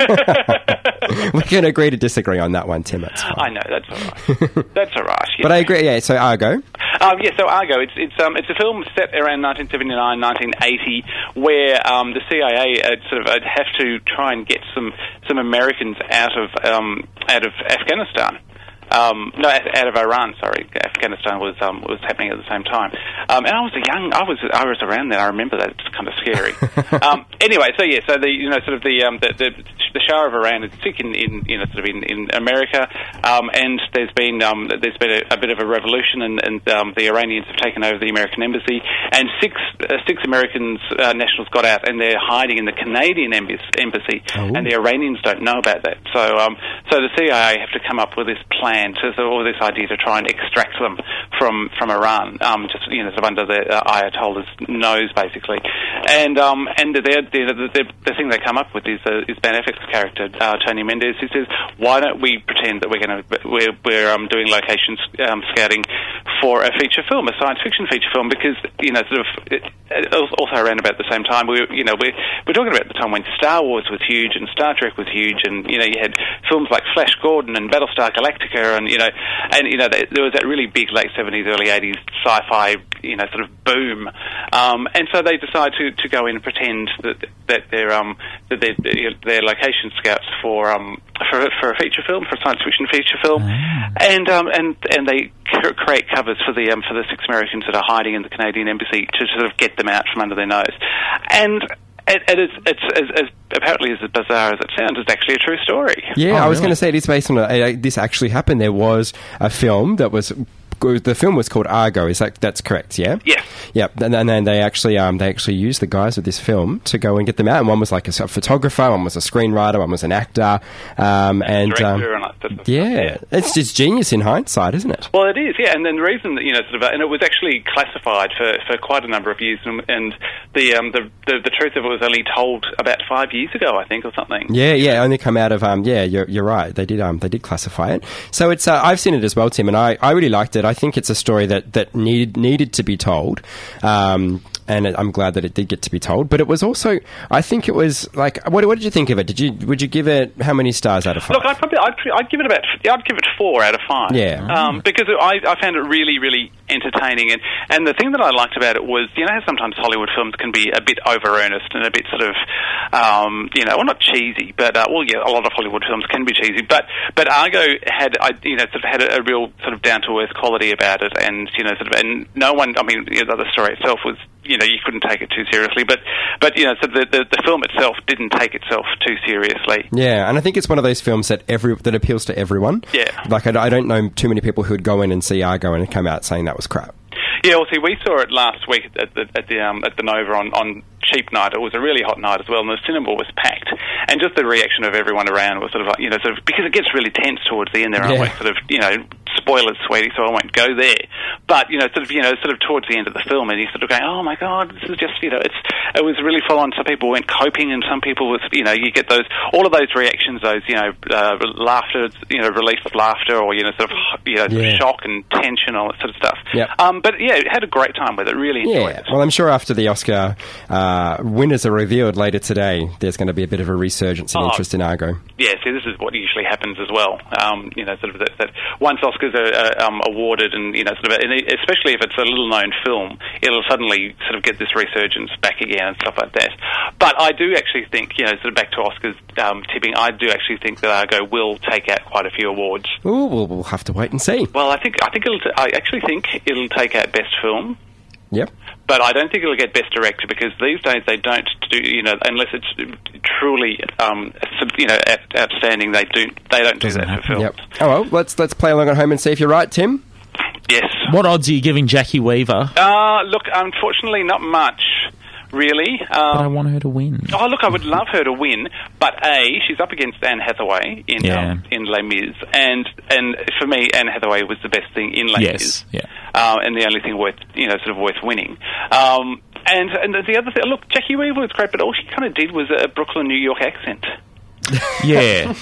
S6: we can agree to disagree on that one, Tim. It's fine.
S9: I know that's all
S6: [laughs]
S9: right. that's all right.
S6: But
S9: yeah.
S6: I agree. Yeah. So Argo.
S9: Um, yeah, so Argo, it's it's um, it's a film set around 1979, 1980, where um, the CIA uh, sort of uh, have to try and get some some Americans out of um, out of Afghanistan. Um, no, out out of Iran. Sorry, Afghanistan was um, was happening at the same time, um, and I was a young. I was I was around then. I remember that. It's kind of scary. um, anyway, so yeah, so the you know sort of the um, the, the the Shah of Iran is sick in, in you know sort of in, in America, um, and there's been um, there's been a, a bit of a revolution, and, and um, the Iranians have taken over the American embassy, and six uh, six Americans uh, nationals got out, and they're hiding in the Canadian embassy, embassy and the Iranians don't know about that. So um, so the CIA have to come up with this plan to or this idea to try and extract them from from Iran, um, just you know sort of under the uh, Ayatollah's nose basically, and um, and the, the, the, the, the thing they come up with is uh, is Ben Affleck's character uh, Tony Mendes. He says, why don't we pretend that we're going to we're we're um, doing location um, scouting for a feature film, a science fiction feature film, because you know sort of it, it was also around about the same time we were, you know we're we're talking about the time when Star Wars was huge and Star Trek was huge, and you know you had films like Flash Gordon and Battlestar Galactica, and you know, and you know there there was that really big late seventies, early eighties sci-fi, you know, sort of boom, um, and so they decide to, to go in and pretend that that they're um that they're, they're location scouts for um for a- for a feature film, for a science fiction feature film,
S6: Ah.
S9: and um and and they cr- create covers for the um for the six Americans that are hiding in the Canadian embassy to sort of get them out from under their nose, and. It, it is, it's as, as apparently as bizarre as it sounds. It's actually a true story.
S5: Oh,
S6: Yeah, I was
S5: really?
S6: going to say it is based on a, a, this actually happened. There was a film that was the film was called Argo. Is that that's correct? Yeah.
S9: Yes.
S6: Yep. And, and then they actually um, they actually used the guys of this film to go and get them out. And one was like a, s- a photographer, one was a screenwriter, one was an actor, um, and um,
S9: Director and all that sort of stuff.
S6: yeah, it's just genius in hindsight, isn't it?
S9: Well, it is, yeah, and then the reason that you know, sort of, and it was actually classified for, for quite a number of years, and, and the, um, the the the truth of it was only told about five years ago, I think, or something.
S6: Yeah, yeah, only come out of um, yeah, you're, you're right. They did um, they did classify it. So it's uh, I've seen it as well, Tim, and I, I really liked it. I think it's a story that that needed needed to be told. Um, and it- I'm glad that it did get to be told, but it was also I think it was like what, what did you think of it? Did you would you give it how many stars out of five?
S9: Look, I'd probably I'd, I'd give it about yeah, I'd give it four out of five.
S6: Yeah.
S9: um, because I, I found it really really entertaining, and and the thing that I liked about it was you know how sometimes Hollywood films can be a bit over earnest and a bit sort of um, you know well not cheesy, but uh, well yeah a lot of Hollywood films can be cheesy, but but Argo had I you know sort of had a, a real sort of down to earth quality about it, and you know sort of and no one I mean you know, the story itself was you know you couldn't take it too seriously, but but you know so the the, the film itself didn't take itself too seriously.
S6: Yeah, and I think it's one of those films that every that appeals to everyone.
S9: Yeah.
S6: like I, d- I don't know too many people who would go in and see Argo and come out saying that was crap.
S9: Yeah, well, see, we saw it last week at the at the, um, at the Nova on, on cheap night. It was a really hot night as well, and the cinema was packed. And just the reaction of everyone around was sort of like, you know, sort of because it gets really tense towards the end. There,
S6: Yeah.
S9: yeah. sort of, you know, spoilers, sweetie, so I won't go there. But you know, sort of, you know, sort of towards the end of the film, and you sort of going, oh my god, this is just, you know, it's it was really full on. Some people went coping, and some people was, you know, you get those all of those reactions, those you know, uh, laughter, you know, relief of laughter, or you know, sort of, you know,
S6: Yeah.
S9: shock and tension, all that sort of stuff.
S6: Yep.
S9: Um, but yeah, had a great time with it. Really enjoyed
S6: Yeah.
S9: it.
S6: Well, I'm sure after the Oscar uh, winners are revealed later today, there's going to be a bit of a resurgence in
S9: Oh.
S6: interest in Argo.
S9: yeah, see, this is what usually happens as well. Um, you know, sort of that, that once Oscars are uh, um, awarded, and you know, sort of, and it- especially if it's a little-known film, it'll suddenly sort of get this resurgence back again and stuff like that. But I do actually think, you know, sort of back to Oscars um, tipping, I do actually think that Argo will take out quite a few awards.
S6: Ooh, we'll, we'll have to wait and see.
S9: Well, I think I think it'll. T- I actually think it'll take out best film.
S6: Yep.
S9: but I don't think it'll get best director because these days they don't do you know unless it's truly um, sub- you know out- outstanding they do they don't do that for films.
S6: Yep. Oh well, let's let's play along at home and see if you're right, Tim.
S9: Yes.
S5: What odds are you giving Jackie Weaver?
S9: Uh, look, unfortunately, not much really.
S5: But I
S9: Um,
S5: want her to win.
S9: [laughs] Oh, look, I would love her to win, but A, she's up against Anne Hathaway in
S5: Yeah.
S9: um, in Les Mis, and and for me, Anne Hathaway was the best thing in Les
S5: Yes,
S9: Mis,
S5: yeah.
S9: uh, and the only thing worth you know sort of worth winning. Um, and and the other thing, look, Jackie Weaver was great, but all she kind of did was a Brooklyn, New York accent. [laughs]
S5: Yeah.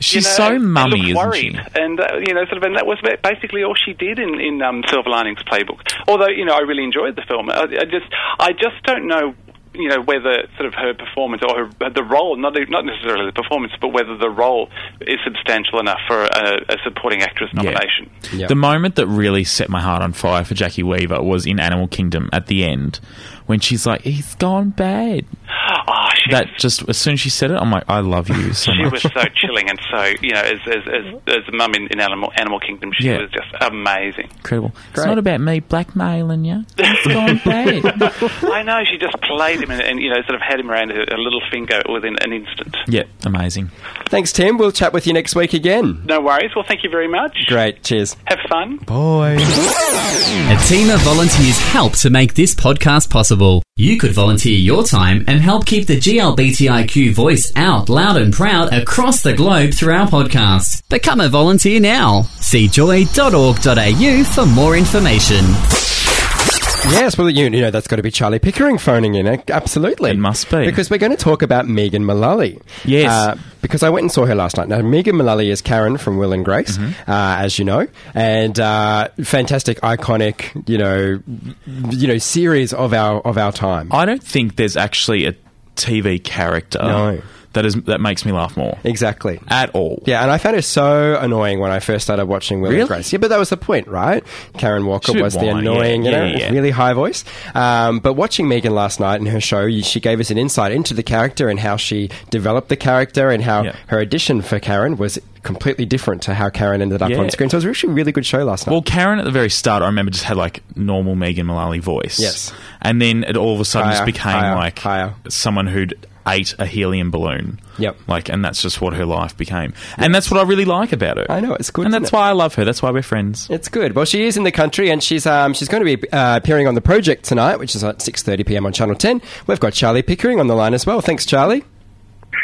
S5: She's
S9: you know,
S5: so
S9: and- and
S5: mummy,
S9: looked
S5: isn't
S9: worried.
S5: she?
S9: And uh, you know, sort of, and that was ba- basically all she did in in um, Silver Linings Playbook. Although you know, I really enjoyed the film. I, I just, I just don't know. You know whether sort of her performance or her, the role, not e- not necessarily the performance, but whether the role is substantial enough for a, a supporting actress nomination.
S6: Yep.
S5: The moment that really set my heart on fire for Jackie Weaver was in Animal Kingdom at the end when she's like, he's gone bad.
S9: Oh, she
S5: that just as soon as she said it, I'm like, I love you so
S9: she was
S5: much. [laughs]
S9: so chilling and so you know as as as, as a mum in, in animal animal kingdom she
S5: Yeah.
S9: was just amazing
S5: Incredible. It's
S6: Great.
S5: not about me blackmailing
S9: [laughs]
S5: you. It's gone bad.
S9: i know she just played him and, and you know sort of had him around her, her little finger within an instant
S5: yeah, amazing.
S6: Thanks, Tim. We'll chat with you next week again.
S9: no worries well thank you very much
S6: Great. Cheers.
S9: have fun
S8: A team of volunteers help to make this podcast possible. You could volunteer your time and help keep the GLBTIQ voice out loud and proud across the globe through our podcast. Become a volunteer now. See joy.org.au for more information.
S6: Yes, well, you, you know, that's got to be Charlie Pickering phoning in. uh, Absolutely.
S5: It must be.
S6: Because we're going to talk about Megan Mullally. Uh,
S5: Yes.
S6: because I went and saw her last night. Now, Megan Mullally is Karen from Will and Grace,
S5: Mm-hmm.
S6: uh, as you know, and uh, fantastic, iconic, you know, you know, series of our of our time.
S5: I don't think there's actually a TV character
S6: No.
S5: that is that makes me laugh more
S6: exactly.
S5: at all.
S6: Yeah, and I found it so annoying when I first started watching Will
S5: Really?
S6: and Grace. Yeah, but that was the point, right? Karen Walker
S5: She
S6: was the
S5: whine, yeah,
S6: annoying, you
S5: yeah,
S6: know,
S5: yeah.
S6: really high voice. Um, but watching Megan last night in her show, she gave us an insight into the character and how she developed the character and how
S5: Yeah.
S6: her audition for Karen was completely different to how Karen ended up
S5: Yeah.
S6: on screen. So it was actually a really good show last night.
S5: Well, Karen at the very start, I remember just had like normal Megan Mullally voice.
S6: Yes.
S5: and then it all of a sudden
S6: Higher,
S5: just became
S6: higher,
S5: like
S6: higher.
S5: someone who'd ate a helium balloon.
S6: Yep.
S5: Like, and that's just what her life became, and that's what I really like about her.
S6: I know, it's good,
S5: and
S6: isn't
S5: that's
S6: it?
S5: why I love her. That's why we're friends.
S6: It's good. Well, she is in the country, and she's um, she's going to be uh, appearing on the project tonight, which is at six thirty PM on Channel Ten. We've got Charlie Pickering on the line as well. Thanks, Charlie.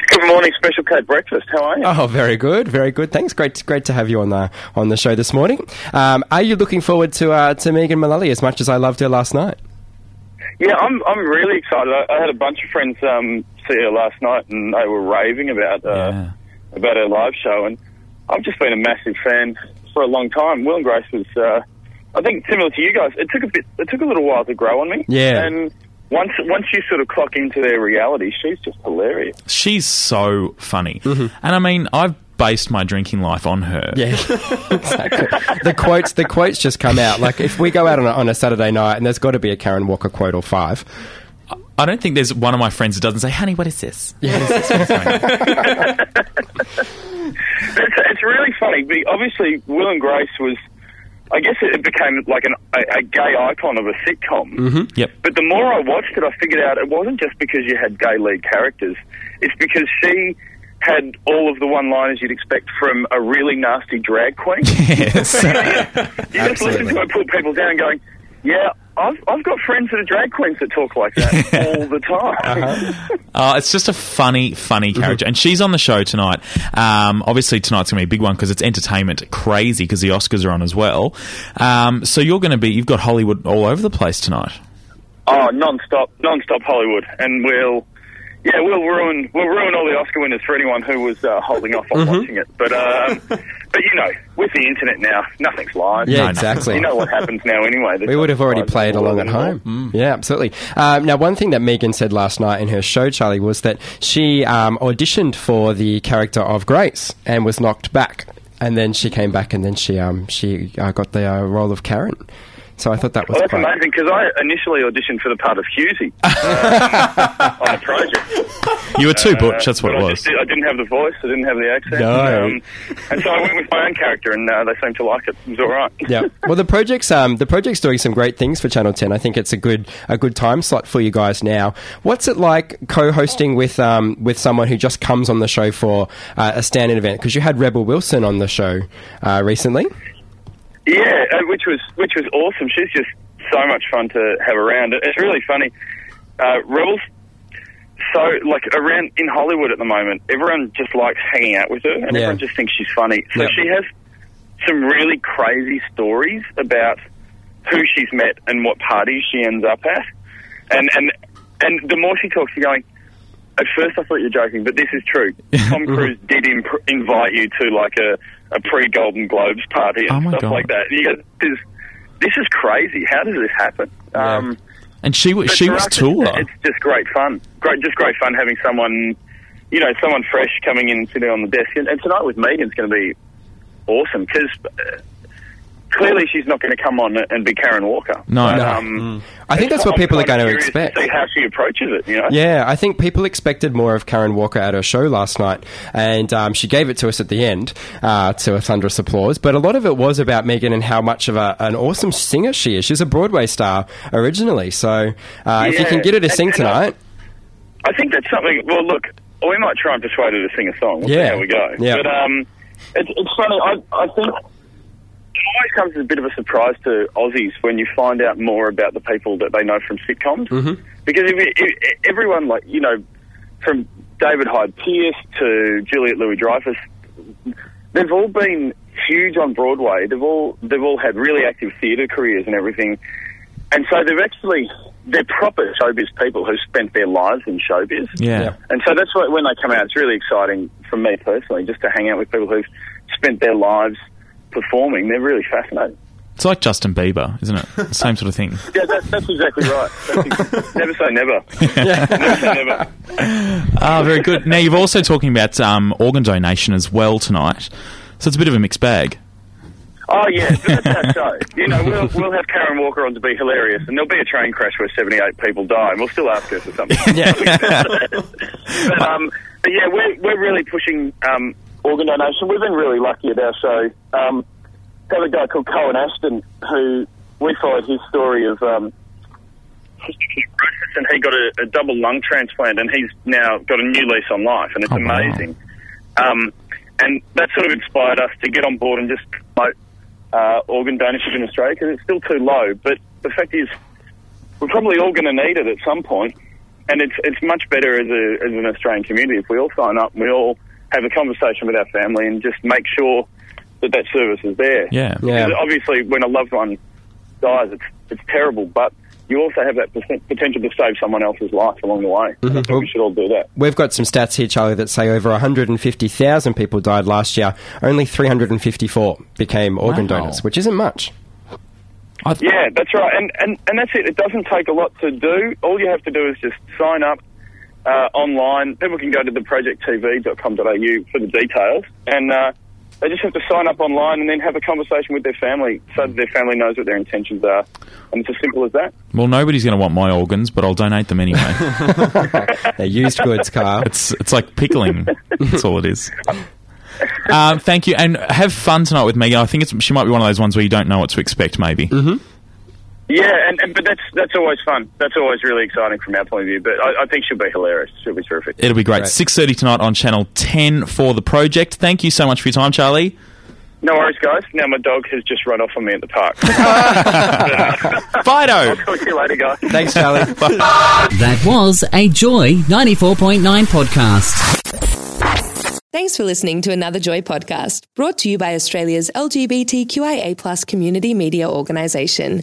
S2: Good morning, Special K Breakfast. How are you?
S6: Oh, very good, very good. Thanks. Great, great to have you on the on the show this morning. Um, are you looking forward to uh, to Megan Mullally as much as I loved her last night?
S2: Yeah, I'm. I'm really excited. I, I had a bunch of friends um, see her last night, and they were raving about uh,
S5: Yeah.
S2: about her live show. And I've just been a massive fan for a long time. Will and Grace was, uh, I think, similar to you guys. It took a bit. It took a little while to grow on me.
S6: Yeah.
S2: And once once you sort of clock into their reality, she's just hilarious.
S5: She's so funny, and I mean, I've based my drinking life on her.
S6: Mm-hmm.
S5: [laughs]
S6: Yeah, exactly. The quotes, the quotes just come out. Like if we go out on a, on a Saturday night, and there's got to be a Karen Walker quote or five.
S5: I don't think there's one of my friends that doesn't say, "Honey, what is this?"
S6: [laughs]
S2: It's, it's really funny. be- Obviously, Will and Grace was. I guess it became like an, a, a gay icon of a sitcom.
S6: Hmm?
S2: Mm-hmm.
S5: Yep.
S2: But the more I watched it, I figured out it wasn't just because you had gay lead characters. It's because she had all of the one-liners you'd expect from a really nasty drag queen.
S6: [laughs]
S5: [laughs] Yes.
S2: you just listen to her pull people down, going, "Yeah, I've I've got friends that are drag queens that talk like that all the
S6: [laughs]
S2: time."
S5: Uh, it's just a funny, funny character, and she's on the show tonight. Um, obviously, tonight's going to be a big one because it's entertainment crazy because the Oscars are on as well. Um, so you're going to be you've got Hollywood all over the place tonight.
S2: Oh, non-stop, non-stop Hollywood, and we'll, yeah, we'll ruin, we'll ruin all the Oscar winners for anyone who was uh, holding off
S6: Mm-hmm.
S2: on watching it. But, um, but you know, with the internet now, nothing's live.
S6: Yeah,
S5: no.
S6: exactly.
S2: You know what happens now, anyway.
S6: We would have already played along at home. Yeah, absolutely. Um, now, one thing that Megan said last night in her show, Charlie, was that she um, auditioned for the character of Grace and was knocked back, and then she came back, and then she um, she uh, got the uh, role of Karen. So I thought that was
S2: Well, that's
S6: quite-
S2: amazing because I initially auditioned for the part of
S6: [laughs]
S2: Husey um, on a project.
S5: You were too
S2: Uh,
S5: butch. That's what
S2: but
S5: it
S2: I,
S5: was.
S2: just, did- I didn't have the voice. I didn't have the accent.
S6: No.
S2: Um, and so I went with my own character, and uh, they seemed to like it. It was all right.
S6: yeah. Well, the project's um, the project's doing some great things for Channel Ten. I think it's a good a good time slot for you guys now. What's it like co-hosting with um, with someone who just comes on the show for uh, a stand-in event? Because you had Rebel Wilson on the show uh, recently.
S2: Yeah, uh, which was which was awesome. She's just so much fun to have around. It- It's really funny. Uh, Rebels. So, like around in Hollywood at the moment, everyone just likes hanging out with her, and
S6: Yeah.
S2: everyone just thinks she's funny. So
S6: Yeah.
S2: she has some really crazy stories about who she's met and what parties she ends up at, and and and the more she talks, you're going. At first, I thought you were joking, but this is true. Tom Cruise did imp- invite you to like a, a pre Golden Globes party and
S5: Oh, my
S2: stuff
S5: God.
S2: like that. And you go, this, is- this is crazy. How does this happen? Um,
S5: And she was
S2: but
S5: she
S2: for
S5: was
S2: us,
S5: Tula.
S2: It's, it's just great fun. Great, just great fun having someone, you know, someone fresh coming in and sitting on the desk. And, and tonight with Megan's going to be awesome because uh, clearly she's not going to come on and be Karen Walker.
S5: No.
S2: But,
S5: No.
S2: Um,
S6: I think that's what
S2: I'm
S6: people are
S2: kind
S6: going
S2: of
S6: to
S2: curious
S6: expect.
S2: see how she approaches it, you know?
S6: Yeah, I think people expected more of Karen Walker at her show last night, and um, she gave it to us at the end uh, to a thunderous applause. But a lot of it was about Megan and how much of a, an awesome singer she is. She's a Broadway star originally, so uh, if you
S2: Yeah,
S6: can get her to
S2: and-
S6: sing
S2: and I-
S6: tonight,
S2: I think that's something. Well, look, we might try and persuade her to sing a song. We'll
S6: Yeah.
S2: see how we go.
S6: Yeah.
S2: But um, it's, it's funny. I, I think it always comes as a bit of a surprise to Aussies when you find out more about the people that they know from sitcoms. Mm-hmm. Because if, you- if, everyone, like you know, from David Hyde Pierce to Juliet Louis Dreyfus, they've all been huge on Broadway. They've all they've all had really active theatre careers and everything. And so they've actually they're proper showbiz people who spent their lives in showbiz.
S5: Yeah.
S6: Yeah.
S2: And so that's why when they come out, it's really exciting for me personally, just to hang out with people who've spent their lives performing. They're really fascinating.
S5: It's like Justin Bieber, isn't
S2: [laughs]
S5: it? Same sort of thing.
S2: Yeah, that, that's exactly right. That's ex- never say never. never say never.
S5: [laughs] Ah, very good. Now, you've also talking about um, organ donation as well tonight. So it's a bit of a mixed bag.
S2: Oh yeah, but that's our show. You know, we'll, we'll have Karen Walker on to be hilarious, and there'll be a train crash where seventy-eight people die, and we'll still ask her for something. [laughs] but, um, but yeah, we're we're really pushing um, organ donation. We've been really lucky at our show. Um, have a guy called Cohen Ashton who we followed his story of. Um, and he got a, a double lung transplant, and he's now got a new lease on life, and it's
S5: Oh, wow.
S2: amazing. Um, and that sort of inspired us to get on board and just promote uh, organ donorship in Australia because it's still too low. But the fact is, we're probably all going to need it at some point, and it's it's much better as a as an Australian community if we all sign up, and we all have a conversation with our family, and just make sure that that service is there.
S5: Yeah.
S6: Yeah.
S2: Because obviously, when a loved one dies, it's it's terrible, but you also have that percent- potential to save someone else's life along the way. I think we should all do that.
S6: We've got some stats here, Charlie, that say over 150,000 people died last year. Only 354 became organ
S5: Wow.
S6: donors, which isn't much.
S2: Yeah, that's right. And, and and that's it. It doesn't take a lot to do. All you have to do is just sign up uh, online. People can go to theprojecttv.com.au for the details. And uh, they just have to sign up online and then have a conversation with their family so that their family knows what their intentions are. And it's as simple as that.
S5: Well, nobody's going to want my organs, but I'll donate them
S2: [laughs]
S5: anyway.
S6: They're used goods, Carl.
S5: It's it's like pickling. That's all it is. Um, thank you, and have fun tonight with Megan. I think it's, she might be one of those ones where you don't know what to expect. Maybe.
S2: Yeah, and, and but that's that's always fun. That's always really exciting from our point of view. But I, I think she'll be hilarious. She'll be terrific.
S5: It'll be great. Six thirty tonight on Channel Ten for the project. Thank you so much for your time, Charlie.
S2: No worries, guys. Now my dog has just run off on me at the park. [laughs]
S5: Fido.
S2: Talk to you later, guys.
S6: Thanks, Charlie.
S8: That was a Joy 94.9 podcast.
S10: Thanks for listening to another Joy podcast brought to you by Australia's LGBTQIA community media organisation,